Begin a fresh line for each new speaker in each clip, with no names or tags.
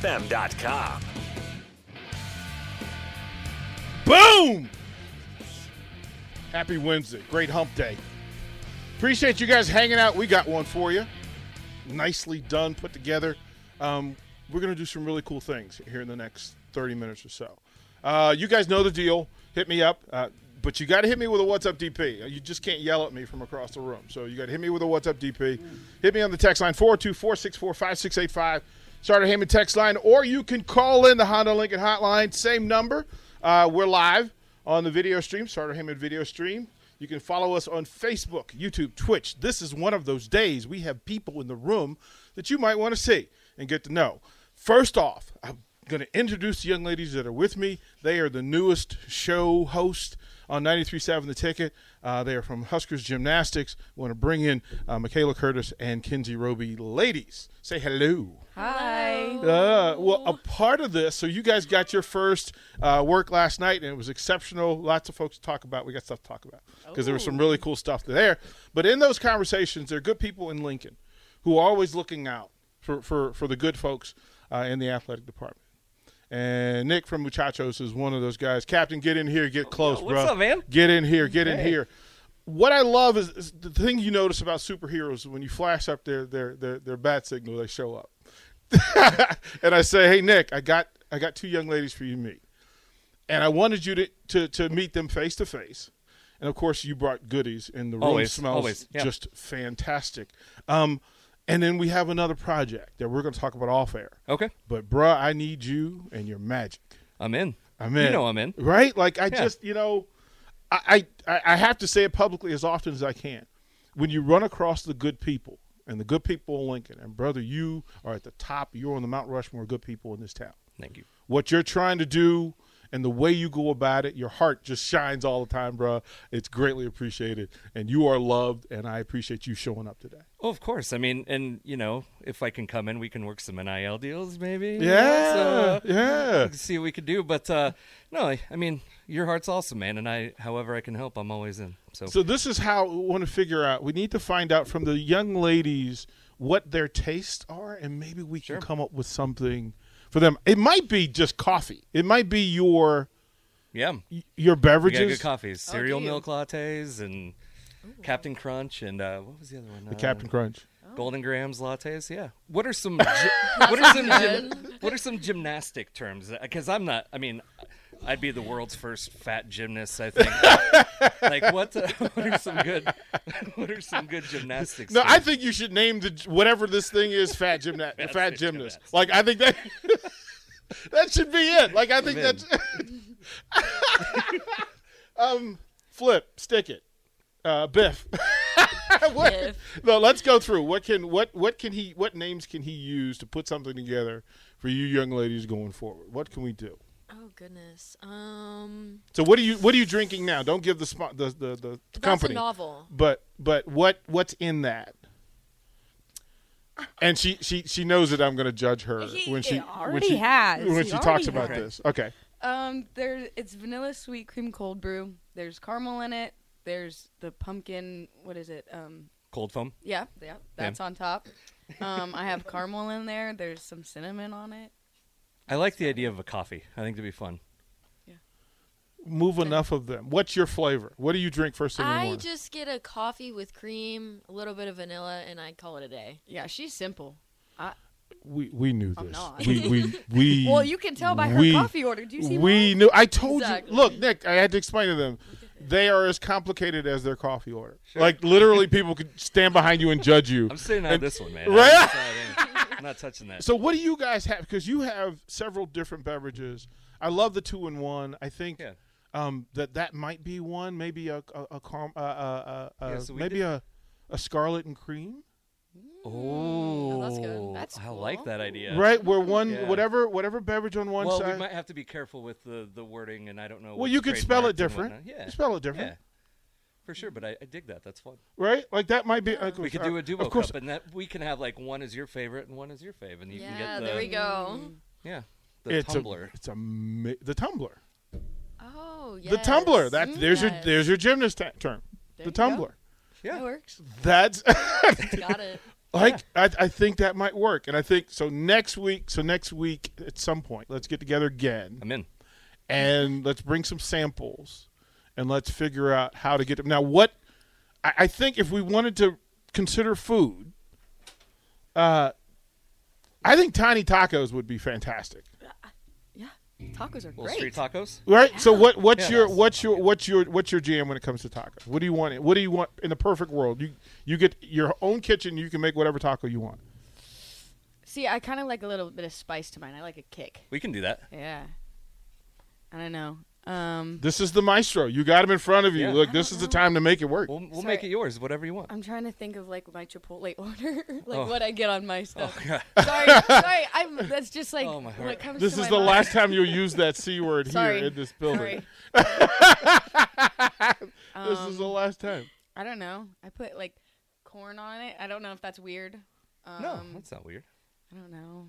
Ticketfm.com.
Boom! Happy Wednesday. Great hump day. Appreciate you guys hanging out. We got one for you. Nicely done, put together. Um, we're going to do some really cool things here in the next 30 minutes or so. Uh, you guys know the deal. Hit me up. Uh, but you got to hit me with a What's Up DP. You just can't yell at me from across the room. So you got to hit me with a What's Up DP. Hit me on the text line 424 645 5685. Starter Heyman text line, or you can call in the Honda Lincoln hotline. Same number. Uh, we're live on the video stream, Starter Heyman video stream. You can follow us on Facebook, YouTube, Twitch. This is one of those days we have people in the room that you might want to see and get to know. First off, I'm going to introduce the young ladies that are with me. They are the newest show host on 93.7 The Ticket. Uh, they are from Huskers Gymnastics. We want to bring in uh, Michaela Curtis and Kenzie Roby. Ladies, say hello.
Hi.
Uh, well, a part of this, so you guys got your first uh, work last night, and it was exceptional. Lots of folks to talk about. We got stuff to talk about because there was some
Oh.
really cool stuff there. But in those conversations, there are good people in Lincoln who are always looking out for, for, for the good folks uh, in the athletic department. And Nick from Muchachos is one of those guys. Captain, get in here, get close,
what's
bro.
up, man?
Get in here, get in here. What I love is, is the thing you notice about superheroes when you flash up their their their, their bat signal, they show up. and I say, "Hey Nick, I got I got two young ladies for you to meet, and I wanted you to to, to meet them face to face." And of course, you brought goodies, and the room
Always,
smells
always, yeah.
just fantastic. Um, and then we have another project that we're going to talk about off air.
Okay.
But bruh, I need you and your magic.
I'm in.
I'm in.
You know I'm in.
Right? Like I
Yeah.
just, you know, I, I I have to say it publicly as often as I can. When you run across the good people and the good people in Lincoln, and brother, you are at the top. You're on the Mount Rushmore of good people in this town.
Thank you.
What you're trying to do and the way you go about it, your heart just shines all the time, bruh. It's greatly appreciated, and you are loved. And I appreciate you showing up today.
Oh, of course. I mean, and you know, if I can come in, we can work some NIL deals, maybe. you know,
Yeah,
so, uh,
yeah.
we can see what we could do. But uh, no, I, I mean, your heart's awesome, man. And I, however I can help, I'm always in. So,
So this is how we want to figure out. We need to find out from the young ladies what their tastes are, and maybe we can come up with something for them. It might be just coffee. It might be your
yeah,
your
we got
beverages.
good coffees, cereal
do you?
milk lattes, and Captain Crunch, and uh, what was the other one?
The Captain Crunch.
Oh.
Golden Grams lattes, yeah. What are some gy- what are some gym, what are some gymnastic terms? Because I'm not. I mean, I'd be the world's first fat gymnast. I think. like what? what are some good? What are some good gymnastics?
No, I
terms?
think you should name the whatever this thing is fat gymnast, fat
Fat
gymnast.
gymnast.
Like I think that that should be it. Like I think
in.
that's um flip stick it, uh, Biff. what? No, let's go through. What can what what can he what names can he use to put something together for you young ladies going forward? What can we do?
Oh goodness. Um.
So what are you what are you drinking now? Don't give the spot the the, the
That's a
company.
novel.
But but what what's in that? And she she she knows that I'm going to judge her
He-
when she
it
when
already
she
has.
when
He
she
already
talks about
has.
this. Okay.
Um, there it's vanilla sweet cream cold brew. There's caramel in it. There's the pumpkin. What is it? Um,
cold foam.
yeah, yeah, that's on top. Um, I have caramel in there. There's some cinnamon on it.
I like the idea of a coffee. I think it'd be fun.
Move enough of them. What's your flavor? What do you drink first thing in the
I
morning?
just get a coffee with cream, a little bit of vanilla, and I call it a day.
Yeah, she's simple.
we we knew
I'm
this.
not.
We we we
Well, you can tell by her
we-
coffee order. Do you see?
we
mine?
knew. I told
Exactly.
you. Look, Nick, I had to explain to them. They are as complicated as their coffee order. Like literally, people could stand behind you and judge you.
I'm sitting on this one, man.
Right?
I'm, just- I'm not touching that.
So what do you guys have? Because you have several different beverages. I love the two in one. I think
Yeah.
um, that that might be one. Maybe a a, a, calm, uh, uh, uh,
Yeah,
uh,
so we
maybe
did-
a a scarlet and cream.
oh,
that's good.
That's
I like
cool.
that idea.
Right, where one
Yeah.
whatever whatever beverage on one
Well,
side.
we might have to be careful with the, the wording, and I don't know.
well,
what
you could spell it
trademarks and
different.
whatnot. Yeah.
You spell it different.
Yeah, for sure. But I, I dig that. That's fun.
Right, like that might be. like,
We could do a duo
Of course,
cup, and that we can have like one is your favorite and one is your fave, and you can
yeah,
get the
there we go.
yeah the
it's
tumbler.
A, it's a ma- the tumbler.
Oh, yeah.
The tumbler.
Mm.
That there's your
Yes.
there's your gymnast ta- term. the
There you go.
tumbler.
Yeah.
That works.
That's
Got it.
Like I, I think that might work, and I think so. Next week, so next week at some point, let's get together again
I'm in.
and let's bring some samples and let's figure out how to get them. Now, what I, I think if we wanted to consider food, uh, I think tiny tacos would be fantastic,
Yeah, tacos are
Little
great.
street tacos.
right? So what what's
Yeah,
your
that's-
what's your what's your what's your jam when it comes to tacos? What do you want? What do you want in the perfect world? You you get your own kitchen, you can make whatever taco you want.
See, I kind of like a little bit of spice to mine. I like a kick.
We can do that.
Yeah. I don't know. Um,
This is the maestro. You got him in front of you.
Yeah.
Look, this is the time to make it work.
We'll, we'll
Sorry.
make it yours, whatever you want.
I'm trying to think of like my Chipotle order, like
Oh.
what I get on my stuff.
God.
sorry, sorry. I'm. That's just like
Oh, my
when
heart.
it comes.
This
to
is
my
the
mind.
last time you'll use that c word
Sorry.
here in this building.
Sorry.
This is the
Um,
last time.
I don't know. I put like corn on it. I don't know if that's weird. Um,
no, that's not weird.
I don't know.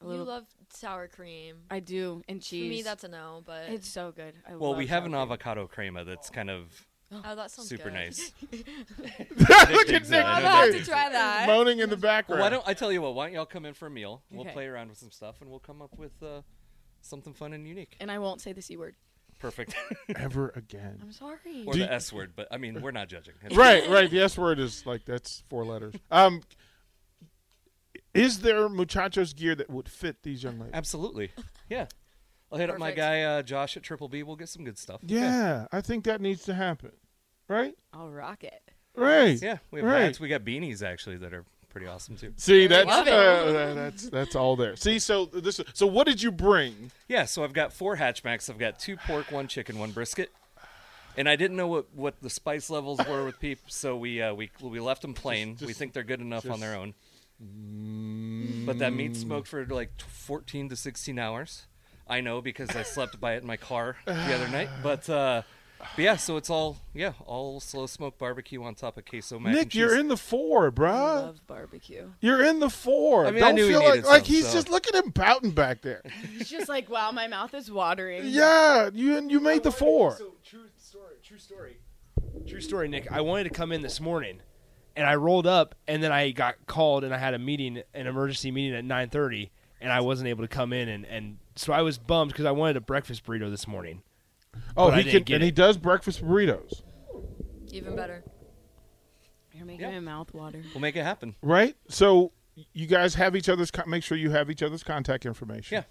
A
You
little.
love sour cream.
I do, and cheese.
For me, that's a no, but
it's so good. I
Well,
love
we have an
sour cream.
avocado crema that's kind of
oh, that sounds
super
good.
nice.
Look at
digs
Nick.
it. I
I'm gonna
know
have
they-
to try that.
moaning in the background.
Well, why don't I tell you what? Why don't y'all come in for a meal? We'll
Okay.
play around with some stuff, and we'll come up with uh, something fun and unique.
and I won't say the c word.
Perfect.
Ever again.
I'm sorry.
or
Do
the
you-
S word, but I mean, we're not judging. It's-
right, right. The S word is like that's four letters. Um, is there muchachos gear that would fit these young ladies?
Absolutely. Yeah. I'll hit up my
Perfect.
guy uh, Josh at Triple B. We'll get some good stuff.
Yeah, I think that needs to happen. Right,
I'll rock it.
right.
Yeah. We have
Right.
hats. We got beanies actually that are pretty awesome too.
See, that's
Love it.
uh, that- that's that's all there. See, so this. So what did you bring?
Yeah. So I've got four hatchbacks. I've got two pork, one chicken, one brisket. And I didn't know what, what the spice levels were with peep, so we uh, we we left them plain.
Just-
we
just-
think they're good enough on their
just-
own. But that meat smoked for like t- 14 to 16 hours. I know because I slept by it in my car the other night. But, uh, but yeah, so it's all yeah, all slow smoked barbecue on top of queso mac and
Nick,
cheese.
you're in the four,
I
bruh.
love barbecue.
You're in the four.
I mean, I
Don't
knew he
feel like
needed
like
some,
he's
so-
just look at him pouting back there.
He's just like, wow, my mouth is watering.
Yeah, you you made the four.
So, true story. True story. True story, Nick. I wanted to come in this morning, and I rolled up, and then I got called, and I had a meeting, an emergency meeting at 9:30, and I wasn't able to come in, and, and so I was bummed because I wanted a breakfast burrito this morning.
Oh,
But I
he
didn't
can,
get
and he
it.
does breakfast burritos,
Even better.
You're making
Yeah.
my mouth water.
We'll make it happen.
right? So you guys have each other's. Con- make sure you have each other's contact information.
Yeah.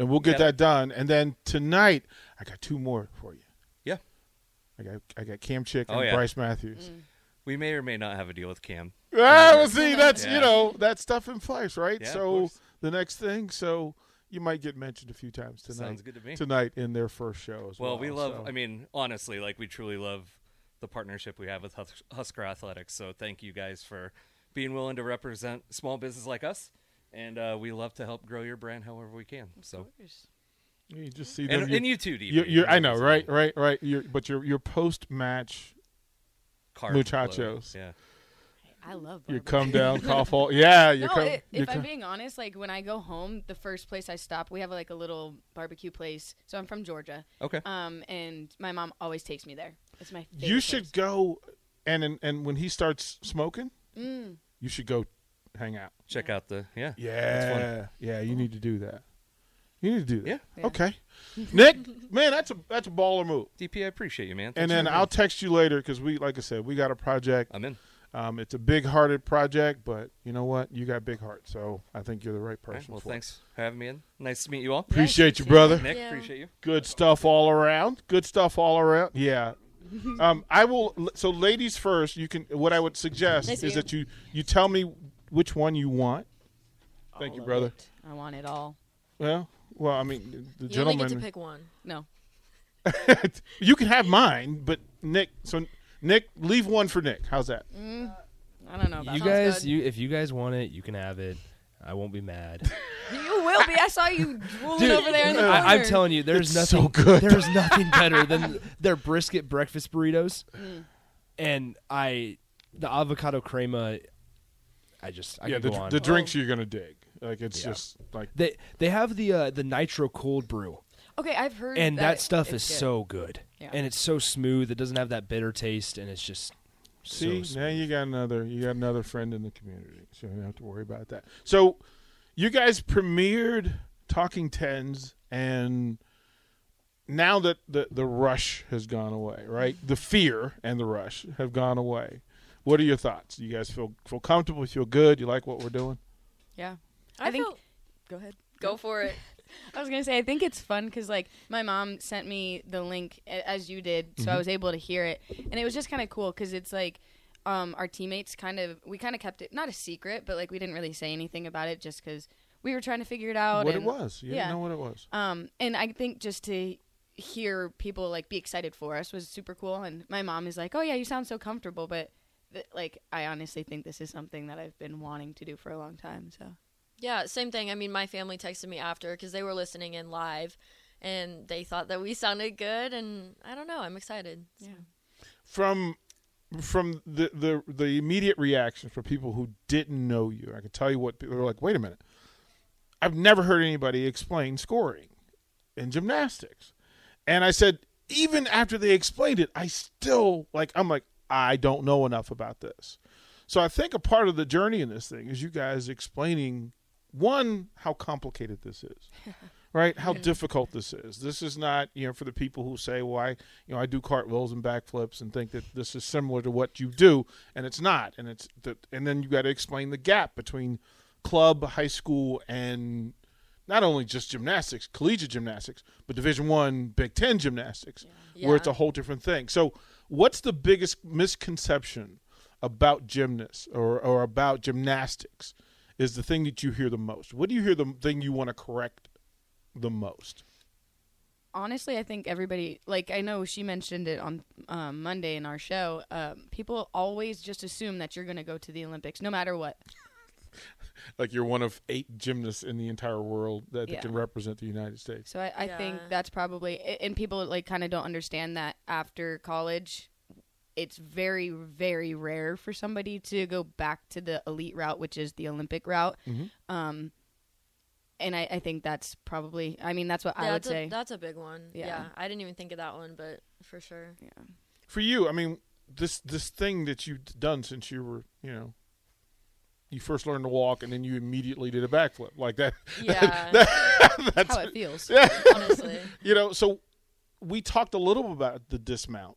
and we'll get
Yeah.
that done. And then tonight, I got two more for you.
Yeah.
I got I got Cam Chick and
Oh, yeah.
Bryce
Mm.
Matthews.
We may or may not have a deal with Cam.
Ah, well, see, that's
Yeah.
you know that stuff in place, right?
Yeah, of
so
course.
the next thing, so you might get mentioned a few times tonight.
Sounds good to me.
Tonight in their first show as well.
Well, we love.
so-
I mean, honestly, like we truly love the partnership we have with Hus- Husker Athletics. So thank you guys for being willing to represent small business like us, and uh, we love to help grow your brand however we can. So
you just see them.
and,
you-
and you too, DP.
you you're, I know, right, right, right. You're, but your your post match,
Carb
Muchachos.
loads, Yeah,
I love barbecue.
your come down, cough all. Yeah, you
no,
come.
it,
you
if I'm
come-
being honest, like when I go home, the first place I stop, we have like a little barbecue place. So I'm from Georgia,
okay.
um, and my mom always takes me there. It's my. Favorite
you should go, and, and and when he starts smoking,
place. Mm.
you should go hang out.
Check out the yeah.
Yeah, yeah. You need to do that. You need to do that.
Yeah.
Yeah.
Okay, Nick, man, that's a that's a baller move.
DP, I appreciate you, man.
And
Thanks
then
for
I'll text you later because we, like I said, we got a project.
having me. I'm in.
Um, it's a big-hearted project, but you know what? You got big heart, so I think you're the right
All
person.
right. Well,
for it.
thanks for having me in. Nice to meet you all.
Appreciate you, brother.
Nick,
Yeah.
appreciate you.
Good stuff all around. Good stuff all around. Yeah. Um, I will. So, ladies first. You can. What I would suggest
Nice to
is
meet
that you you tell me which one you want. Thank
All
you,
of
brother.
it. I want it all.
Well, well. I mean, the
You
gentleman.
only get to pick one.
No,
you can have mine, but Nick. So, Nick, leave one for Nick. How's that?
I don't know about
You
Oh, that.
guys,
Sounds
you if you guys want it, you can have it. I won't be mad.
good. you will be. I saw you drooling
Dude,
over there in the corner.
I, am telling you, there's
It's
nothing
so good.
There's nothing better than their brisket breakfast burritos,
Mm.
and I, the avocado crema. I just I
yeah.
could
The,
go on.
the drinks you're gonna dig. Like it's
Yeah.
just like
they they have the uh, the nitro cold brew,
Okay, I've heard.
and
Mm. that,
that, stuff
it's
is
good.
so good,
Yeah.
and it's so smooth. It doesn't have that bitter taste, and it's just
See,
So
now you got another you got another friend in the community, so you don't have to worry about that. So, you guys premiered Talking Tens, and now that the the rush has gone away, right? The fear and the rush have gone away. What are your thoughts? You guys feel feel comfortable? You feel good? You like what we're doing?
Yeah.
I,
I think-
feel-
Go ahead.
go for it.
I was gonna say I think it's fun because like my mom sent me the link a- as you did, so
Mm-hmm.
I was able to hear it, and it was just kind of cool because it's like um, our teammates kind of we kind of kept it not a secret, but like we didn't really say anything about it just because we were trying to figure it out.
What it
and-
was? You
yeah.
didn't know what it was.
Um, and I think just to hear people like be excited for us was super cool. And my mom is like, "Oh yeah, you sound so comfortable," but th- like I honestly think this is something that I've been wanting to do for a long time. So
Yeah, same thing. I mean, my family texted me after because they were listening in live, and they thought that we sounded good. And I don't know. I'm excited. So-
from from the, the the immediate reaction from people who didn't know you. I can tell you what people are like. Wait a minute, I've never heard anybody explain scoring in gymnastics, and I said even after they explained it, I still like I'm like I don't know enough about this. So I think a part of the journey in this thing is you guys explaining one how complicated this is right? How difficult this is. This is not, you know, for the people who say, "Well, I, you know, I do cartwheels and backflips," and think that this is similar to what you do, and it's not. And it's the, and then you got to explain the gap between club, high school, and not only just gymnastics, collegiate gymnastics, but Division One, Big Ten gymnastics, where it's a whole different thing. So, what's the biggest misconception about gymnasts or, or about gymnastics? Is the thing that you hear the most? What do you hear the thing you want to correct the most.
honestly, I think everybody like I know she mentioned it on um, Monday in our show. Um, people always just assume that you're gonna go to the Olympics no matter what.
Like you're one of eight gymnasts in the entire world that
Yeah.
can represent the United States.
So I, I think
Yeah.
that's probably a- and people like kind of don't understand that after college, it's very very rare for somebody to go back to the elite route, which is the Olympic route.
Mhm.
Um, and I, I think that's probably I mean that's what I would
that's a,
say.
that's a big one.
Yeah.
Yeah. I didn't even think of that one, but for sure.
For you, I mean, this this thing that you've done since you were, you know, you first learned to walk and then you immediately did a backflip like that.
Yeah,
that's how it feels.
honestly.
You know, so we talked a little about the dismount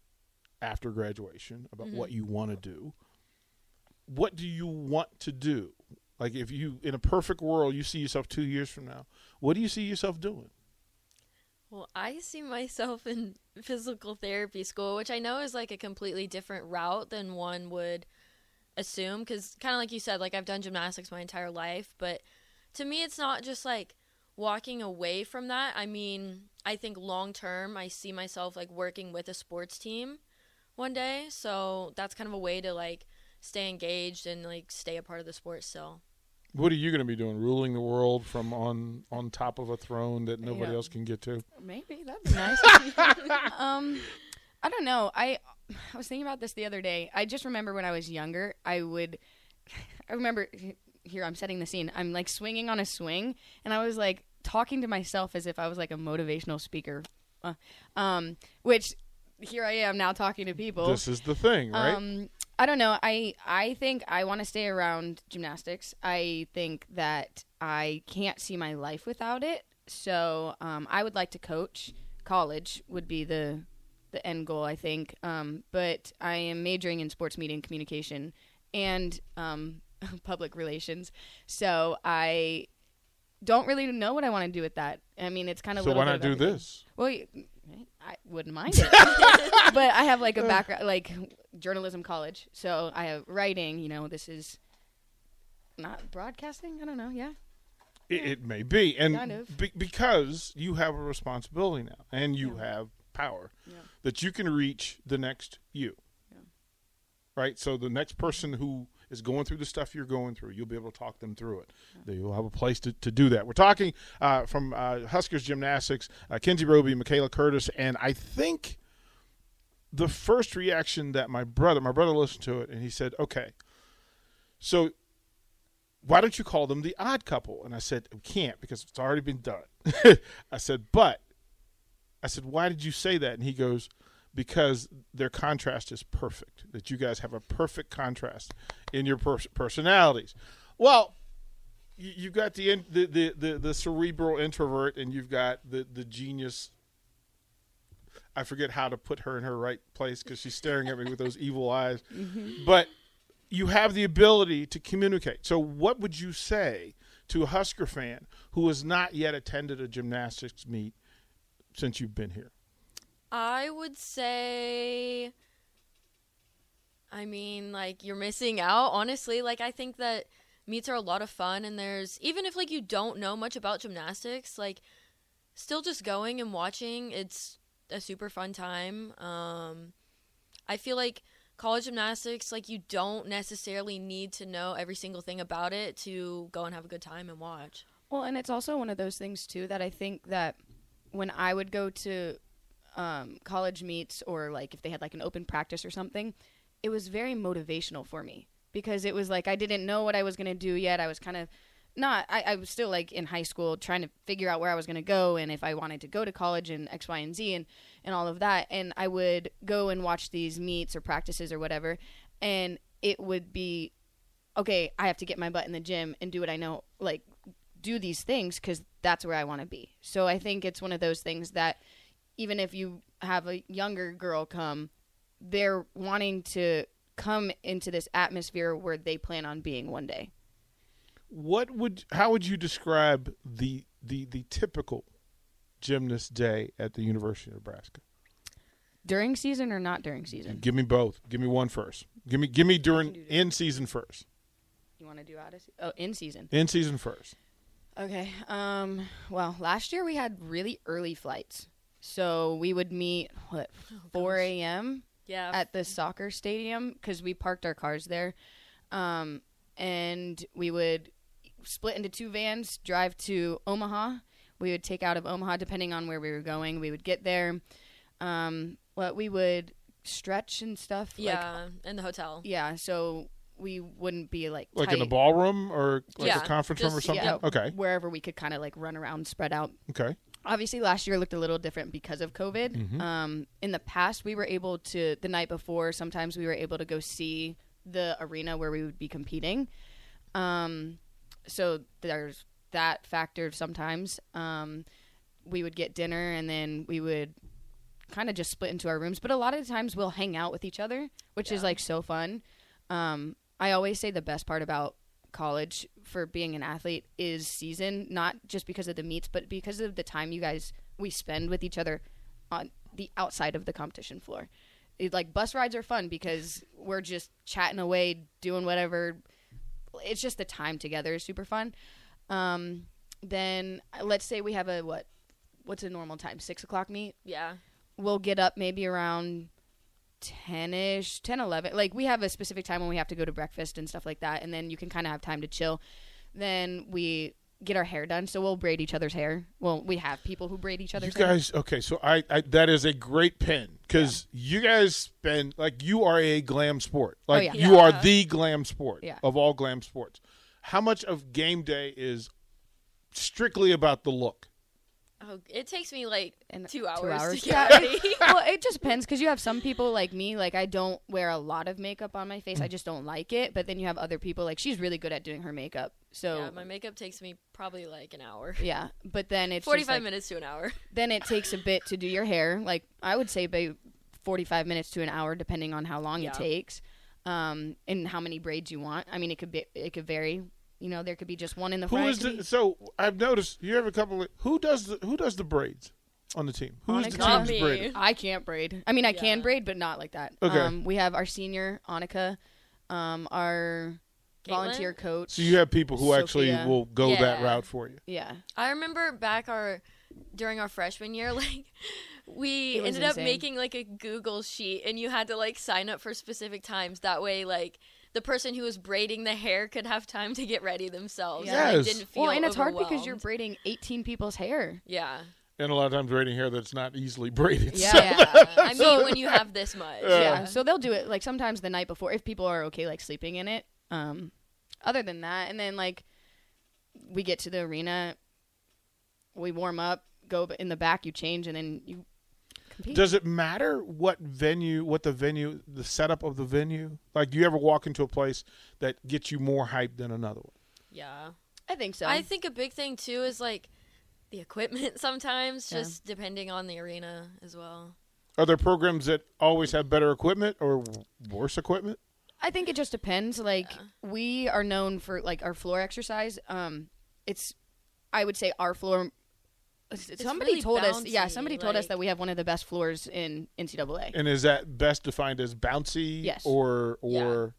after graduation about what you want to do. What do you want to do? Like if you in a perfect world you see yourself 2 years from now, what do you see yourself doing?
Well, I see myself in physical therapy school, which I know is like a completely different route than one would assume. Because, kind of like you said, like I've done gymnastics my entire life, but to me, it's not just like walking away from that. I mean, I think long term, I see myself like working with a sports team one day. So that's kind of a way to like stay engaged and like stay a part of the sport still.
What are you going to be doing? Ruling the world from on on top of a throne that nobody
Yeah.
else can get to?
Maybe that'd be nice. um, I don't know. I I was thinking about this the other day. I just remember when I was younger, I would. I remember here. I'm setting the scene. I'm like swinging on a swing, and I was like talking to myself as if I was like a motivational speaker. Uh, um, which here I am now talking to people.
This is the thing, right?
Um, I don't know. I I think I want to stay around gymnastics. I think that I can't see my life without it. So um, I would like to coach. College would be the the end goal, I think. Um, but I am majoring in sports media and communication and um, public relations. So I don't really know what I want to do with that. I mean, it's kind of
so why not do
everything.
this?
Well, y- I wouldn't mind it, but I have like a background, like journalism college, so I have writing. You know, this is not broadcasting. I don't know. Yeah,
It, it may be, and
Kind of.
be, because you have a responsibility now, and you have power that you can reach the next you, right? So the next person who is going through the stuff you're going through, you'll be able to talk them through it. They will have a place to, to do that. We're talking uh, from uh, Huskers Gymnastics, uh, Kenzie Roby, Michaela Curtis, and I think the first reaction that my brother, my brother listened to it, and he said, "Okay, so." why don't you call them the odd couple? And I said, we can't because it's already been done. I said, but I said, why did you say that? And he goes, because their contrast is perfect. That you guys have a perfect contrast in your pers- personalities. Well, you- you've got the, in, the, the the the cerebral introvert, and you've got the the genius. I forget how to put her in her right place because she's staring at me with those evil eyes. But you have the ability to communicate. So, what would you say to a Husker fan who has not yet attended a gymnastics meet since you've been here?
I would say I mean like you're missing out honestly like I think that meets are a lot of fun and there's even if like you don't know much about gymnastics like still just going and watching it's a super fun time um I feel like college gymnastics like you don't necessarily need to know every single thing about it to go and have a good time and watch
Well, and it's also one of those things too that I think that when I would go to um, college meets or like if they had like an open practice or something, it was very motivational for me because it was like I didn't know what I was gonna do yet. I was kind of not. I, I was still like in high school trying to figure out where I was gonna go and if I wanted to go to college and X, Y, and Z and and all of that. And I would go and watch these meets or practices or whatever, and it would be okay, I have to get my butt in the gym and do what I know, like do these things because that's where I want to be. So I think it's one of those things that even if you have a younger girl come, they're wanting to come into this atmosphere where they plan on being one day.
What would how would you describe the the the typical gymnast day at the University of Nebraska?
During season or not during season?
Give me both. Give me one first. Give me give me during in season first.
You want to do out of se- oh in season?
In season first.
Okay. Um. Well, last year we had really early flights, so we would meet what 4 a.m.
yeah
at the soccer stadium because we parked our cars there, um, and we would split into two vans, drive to Omaha. We would take out of Omaha depending on where we were going. We would get there. Um, what we would stretch and stuff. Like,
yeah in the hotel
yeah. So we wouldn't be like
Like in a
tight.
ballroom or like
Yeah,
a conference room or
just-
something?
Yeah,
Okay.
Wherever we could kind of like run around, spread out.
Okay.
obviously last year looked a little different because of COVID. Um, in the past, we were able to the night before. Sometimes we were able to go see the arena where we would be competing. Um, so there's that factor. Sometimes um, we would get dinner and then we would kind of just split into our rooms. But a lot of the times we'll hang out with each other, which is like so fun. Um, I always say the best part about college for being an athlete is season, not just because of the meets, but because of the time you guys we spend with each other on the outside of the competition floor. It, like bus rides are fun because we're just chatting away, doing whatever. It's just the time together is super fun. Um, then uh, let's say we have a what? What's a normal time? Six o'clock meet
yeah
we'll get up maybe around 10ish 10 11 like we have a specific time when we have to go to breakfast and stuff like that and then you can kind of have time to chill then we get our hair done so we'll braid each other's hair well we have people who braid each
You
other's hair
guys, okay, so I, I that is a great pin because you guys spend like you are a glam sport, like
Oh, yeah.
you are
Yeah.
the glam sport
Yeah.
of all glam sports. How much of game day is strictly about the look?
Oh, it takes me like
And
two
two
hours,
hours.
to get ready.
well it just depends because you have some people like me like i don't wear a lot of makeup on my
Mm.
face i just don't like it but then you have other people like she's really good at doing her makeup so
yeah,
yeah,
my makeup takes me probably like an hour,
but then it's just,
forty-five
like,
minutes to an hour.
then it takes a bit to do your hair. Like I would say, about 45 minutes to an hour, depending on how long
Yeah.
it takes, um, and how many braids you want. I mean, it could be, it could vary. You know, there could be just one in the
Who
front.
is
It could
the
be-
so I've noticed you have a couple of who does the who does the braids on the team? Who's the
Monica. Not
team's
me.
braider?
I can't braid. I mean, I can
Yeah.
braid, but not like that.
Okay.
Um, we have our senior Annika, um, our volunteer
Caitlin?
coach.
So you have people who actually
Sophia.
will go that
Yeah.
route for you.
yeah.
I remember back our during our freshman year, like we
It was
ended up
insane.
making like a Google sheet, and you had to like sign up for specific times. That way, like the person who was braiding the hair could have time to get ready themselves. and, like,
Yes.
didn't feel
Well, and it's hard because you're
overwhelmed.
braiding 18 people's hair.
yeah.
And a lot of times braiding hair that's not easily braided.
Yeah.
So-
yeah. I mean, when you have this much,
yeah.
yeah.
So they'll do it like sometimes the night before if people are okay like sleeping in it. Um, other than that, and then like we get to the arena, we warm up, go b- in the back, you change, and then you compete.
Does it matter what venue, what the venue, the setup of the venue? Like, do you ever walk into a place that gets you more hype than another one?
Yeah.
I think so.
I think a big thing too is like the equipment sometimes,
Yeah.
just depending on the arena as well.
Are there programs that always have better equipment or w- worse equipment?
I think it just depends. Like we are known for like our floor exercise. Um, it's I would say our floor. somebody
really
told us, yeah,
bouncy,
somebody told us
like-
that we have one of the best floors in NCAA.
And is that best defined as bouncy?
Yes.
Or
Yeah.
or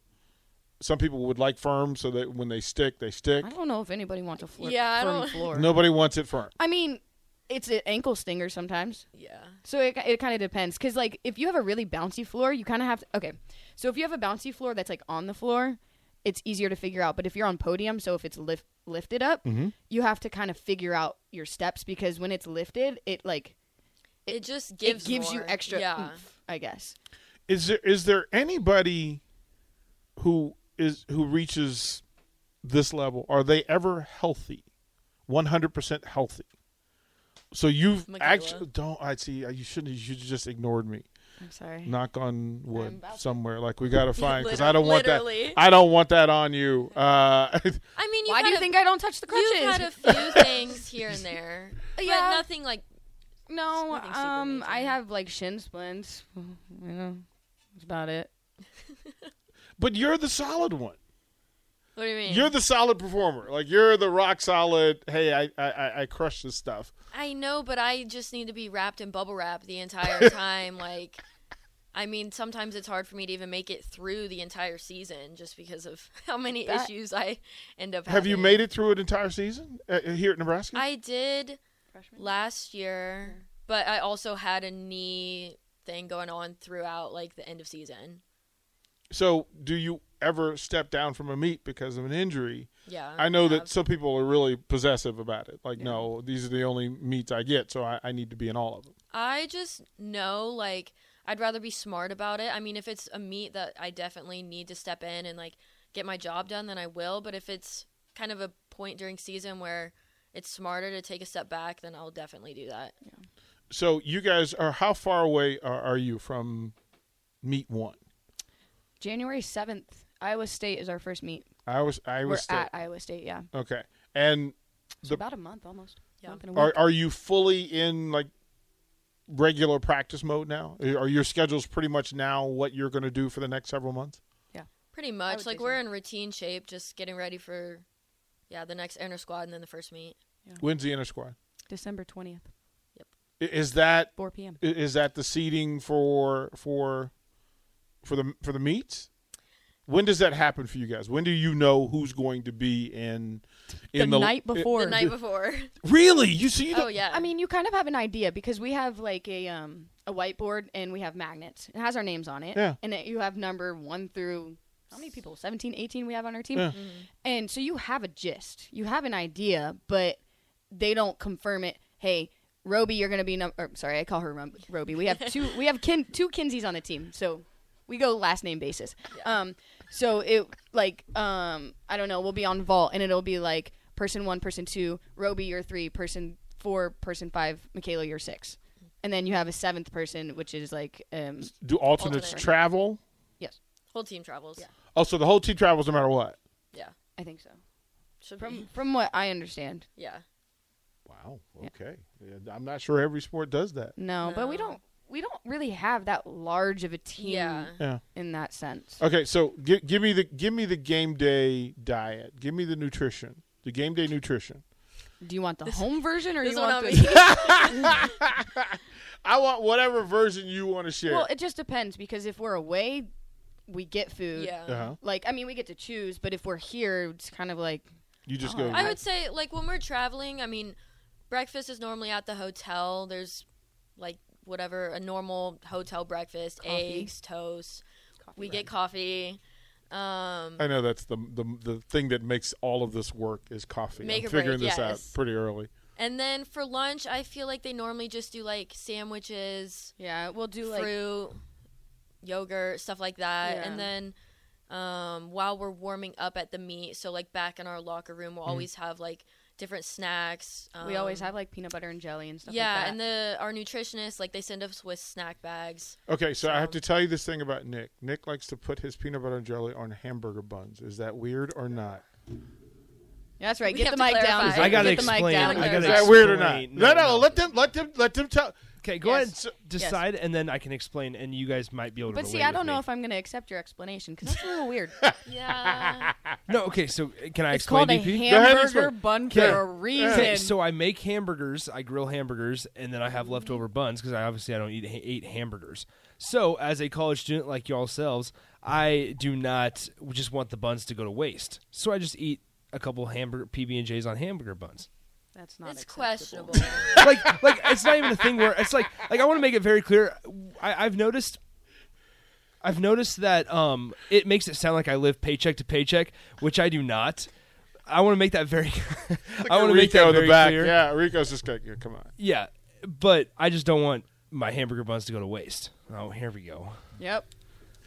some people would like firm, so that when they stick, they stick.
I don't know if anybody wants a floor.
Yeah, I
firm
don't-
floor.
Nobody wants it firm.
I mean, it's an ankle stinger sometimes.
Yeah.
So it, it kind of depends because like if you have a really bouncy floor, you kind of have to. Okay, so if you have a bouncy floor that's like on the floor, it's easier to figure out. But if you're on podium, so if it's lift lifted up, you have to kind of figure out your steps because when it's lifted, it like
It, just gives
it gives you
more.
extra.
Yeah.
oomph, I guess.
Is there is there anybody who is who reaches this level? Are they ever healthy? One hundred percent healthy. So you've
Michaela.
actually don't. I see. You shouldn't. You just ignored me.
I'm sorry.
Knock on
I'm
wood
about to-
somewhere. Like we gotta find because I
Liter-
don't want that.
literally.
I don't want that on you. Uh,
I mean, you
Why do you
had a-
think I don't touch the crutches?
You've had a few things here and there, but
Yeah.
nothing like
no,
nothing super
um, I
major.
have like shin splints. You know, that's about it.
but you're the solid one.
what do you mean?
You're the solid performer. Like you're the rock solid. Hey, I I- I, I crush this stuff.
I know, but I just need to be wrapped in bubble wrap the entire time. like, I mean, sometimes it's hard for me to even make it through the entire season just because of how many
That-
issues I end up.
Have you
having.
made it through an entire season uh, here at Nebraska?
I did
Freshman.
last year, but I also had a knee thing going on throughout like the end of season.
So, do you ever step down from a meet because of an injury?
Yeah,
Uh,
I know that
have.
some people are really possessive about it. Like, no, these are the only meets I get, so I, I need to be in all of them.
I just know like I'd rather be smart about it. I mean, if it's a meet that I definitely need to step in and like get my job done, then I will. But if it's kind of a point during season where it's smarter to take a step back, then I'll definitely do that.
So, you guys are how far away are, are you from meet one?
January seventh, Iowa State is our first meet.
I was, I
We're
was
at Iowa State, yeah.
okay. And
So
The-
about a month almost.
Yeah.
Month and a
are
week.
are you fully in like regular practice mode now? Are your schedules pretty much now what you're going to do for the next several months?
Pretty
would
much, like
say
we're
so.
in routine shape, just getting ready for yeah the next inter squad and then the first meet.
When's the inter squad?
December twentieth,
I- Is that
four p.m.
I- is that the seating for for for the for the meets? When does that happen for you guys? When do you know who's going to be in in
the, night
i-
before.
The night before.
Really? You see? You
oh
don't-
yeah.
I mean, you kind of have an idea because we have like a um a whiteboard and we have magnets. It has our names on it.
Yeah.
And it, you have number 1 through how many people? 17, 18 we have on our team.
Yeah.
And so you have a gist. You have an idea, but they don't confirm it. Hey, Roby, you're going to be num- or, sorry, I call her Rum- Roby. We have two we have kin- two Kinseys on the team. So we go last name basis. Um so it like um I don't know, we'll be on vault and it'll be like person 1, person 2, Roby you're 3, person 4, person 5, Michaela you're 6. And then you have a seventh person which is like um
Do alternates
Alternate.
travel?
yes,
whole team travels. Yeah.
Oh, so the whole team travels no matter what.
Yeah.
I think so.
Should
From
be.
from what I understand.
Yeah.
Wow. Okay. Yeah, I'm not sure every sport does that.
No, but we
No.
don't we don't really have that large of a team
Yeah.
Yeah.
in that sense.
Okay. So gi- give me the give me the game day diet. Give me the nutrition. The game day nutrition.
Do you want the home version or
This
you
one
want
on
the?
me.
I want whatever version you want to share.
Well, it just depends because if we're away, we get food.
yeah.
uh-huh.
Like I mean, we get to choose, but if we're here, it's kind of like
You just
Oh,
go.
I would say like when we're traveling, I mean, breakfast is normally at the hotel. There's like whatever a normal hotel breakfast,
Coffee.
eggs, toast. we get coffee. Um,
I know that's the, the the thing that makes all of this work is coffee.
Make
I'm
or
figuring
break,
this
yes.
out pretty early.
and then for lunch, I feel like they normally just do like sandwiches,
yeah, we'll do like
fruit, yogurt, stuff like that.
Yeah.
And then um, while we're warming up at the meet, so like back in our locker room, we'll always have like different snacks.
we always
um,
have like peanut butter and jelly and stuff.
yeah,
like that.
and the our nutritionists like they send us with snack bags.
Okay, so I have
So-
to tell you this thing about Nick. Nick likes to put his peanut butter and jelly on hamburger buns. Is that weird or not?
that's right.
We
Get
have
the
to
mic down.
clarify.
I
Get
gotta
the mic
explain.
down.
I gotta
Is
explain.
that weird or not?
No,
no, let them let them let them tell.
Okay, go ahead and
Yes.
s- decide, and then I can explain, and you guys might be able to.
But see,
relate
I don't
with
know
me.
if I'm going to accept your explanation because that's a little weird.
Yeah.
No, okay. So uh, can I
it's
explain?
called a
DP?
ahead and
hamburger
explain.
bun for
Yeah.
a reason.
Okay, so I make hamburgers. I grill hamburgers, and then I have leftover buns because I obviously I don't eat eight hamburgers. So as a college student like y'all selves, I do not just want the buns to go to waste. So I just eat a couple hamburger PB and J's on hamburger buns.
that's not.
it's
acceptable.
questionable.
like like it's not even a thing where it's like like I want to make it very clear. I, I've noticed. I've noticed that um, it makes it sound like I live paycheck to paycheck, which I do not. I want to make that very. I want to make
Rico
that
in
very
the back.
clear.
Yeah, Rico's just like, yeah, come on.
Yeah, but I just don't want my hamburger buns to go to waste. Oh, here we go.
Yep.
Oh.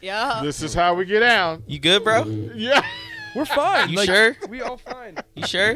Yeah.
This is how we get down.
You good,
Mm-hmm.
bro?
Yeah.
We're fine.
You
Like,
sure?
We all fine.
You sure?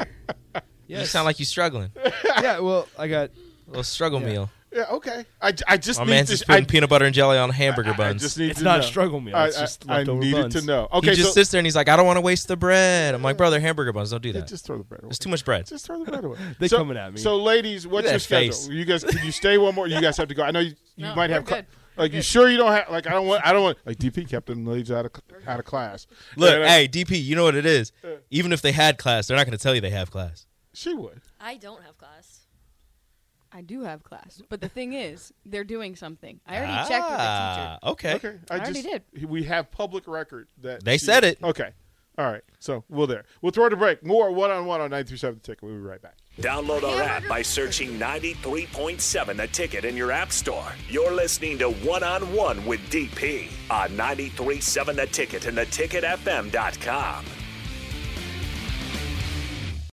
Yes.
You sound like you're struggling. A
yeah. Well, I got
little struggle
Yeah.
meal.
Yeah. Okay. I, j- I just
My
need
man's
to.
just
I,
putting peanut butter and jelly on hamburger
I
buns.
just need
it's
to
not
know.
a struggle meal.
I,
It's just
I, I
leftover
needed
buns.
to know.
he
Okay,
just
so
sits there and he's like, I don't want to waste the bread. I'm like, brother, hamburger buns. Don't do
yeah,
that.
just throw the bread away.
It's too much bread.
Just throw the bread away.
They
so,
coming at me.
So, ladies, what's
at
your
that
schedule?
face.
You guys, can you stay one more? You guys have to go. I know you, you
No,
might
we're
have. cla-
good.
like, you sure you don't have? Like, I don't want. I don't want. Like, DP kept them ladies out of cl- out of class.
Look,
And, uh,
hey, DP, you know what it is. Even if they had class, they're not going to tell you they have class.
she would.
I don't have class.
I do have class, but the thing is, they're doing something. I already checked with the teacher.
Ah, Okay.
Okay, I,
I already
just, We have public record that
They
she-
said it.
Okay, all right. So we'll there. We'll throw it a break. More one on one on nine three seven ticket. We'll be right back.
Download our app by searching 93.7 The Ticket in your app store. You're listening to One on One with DP on 93.7 The Ticket and theticketfm.com.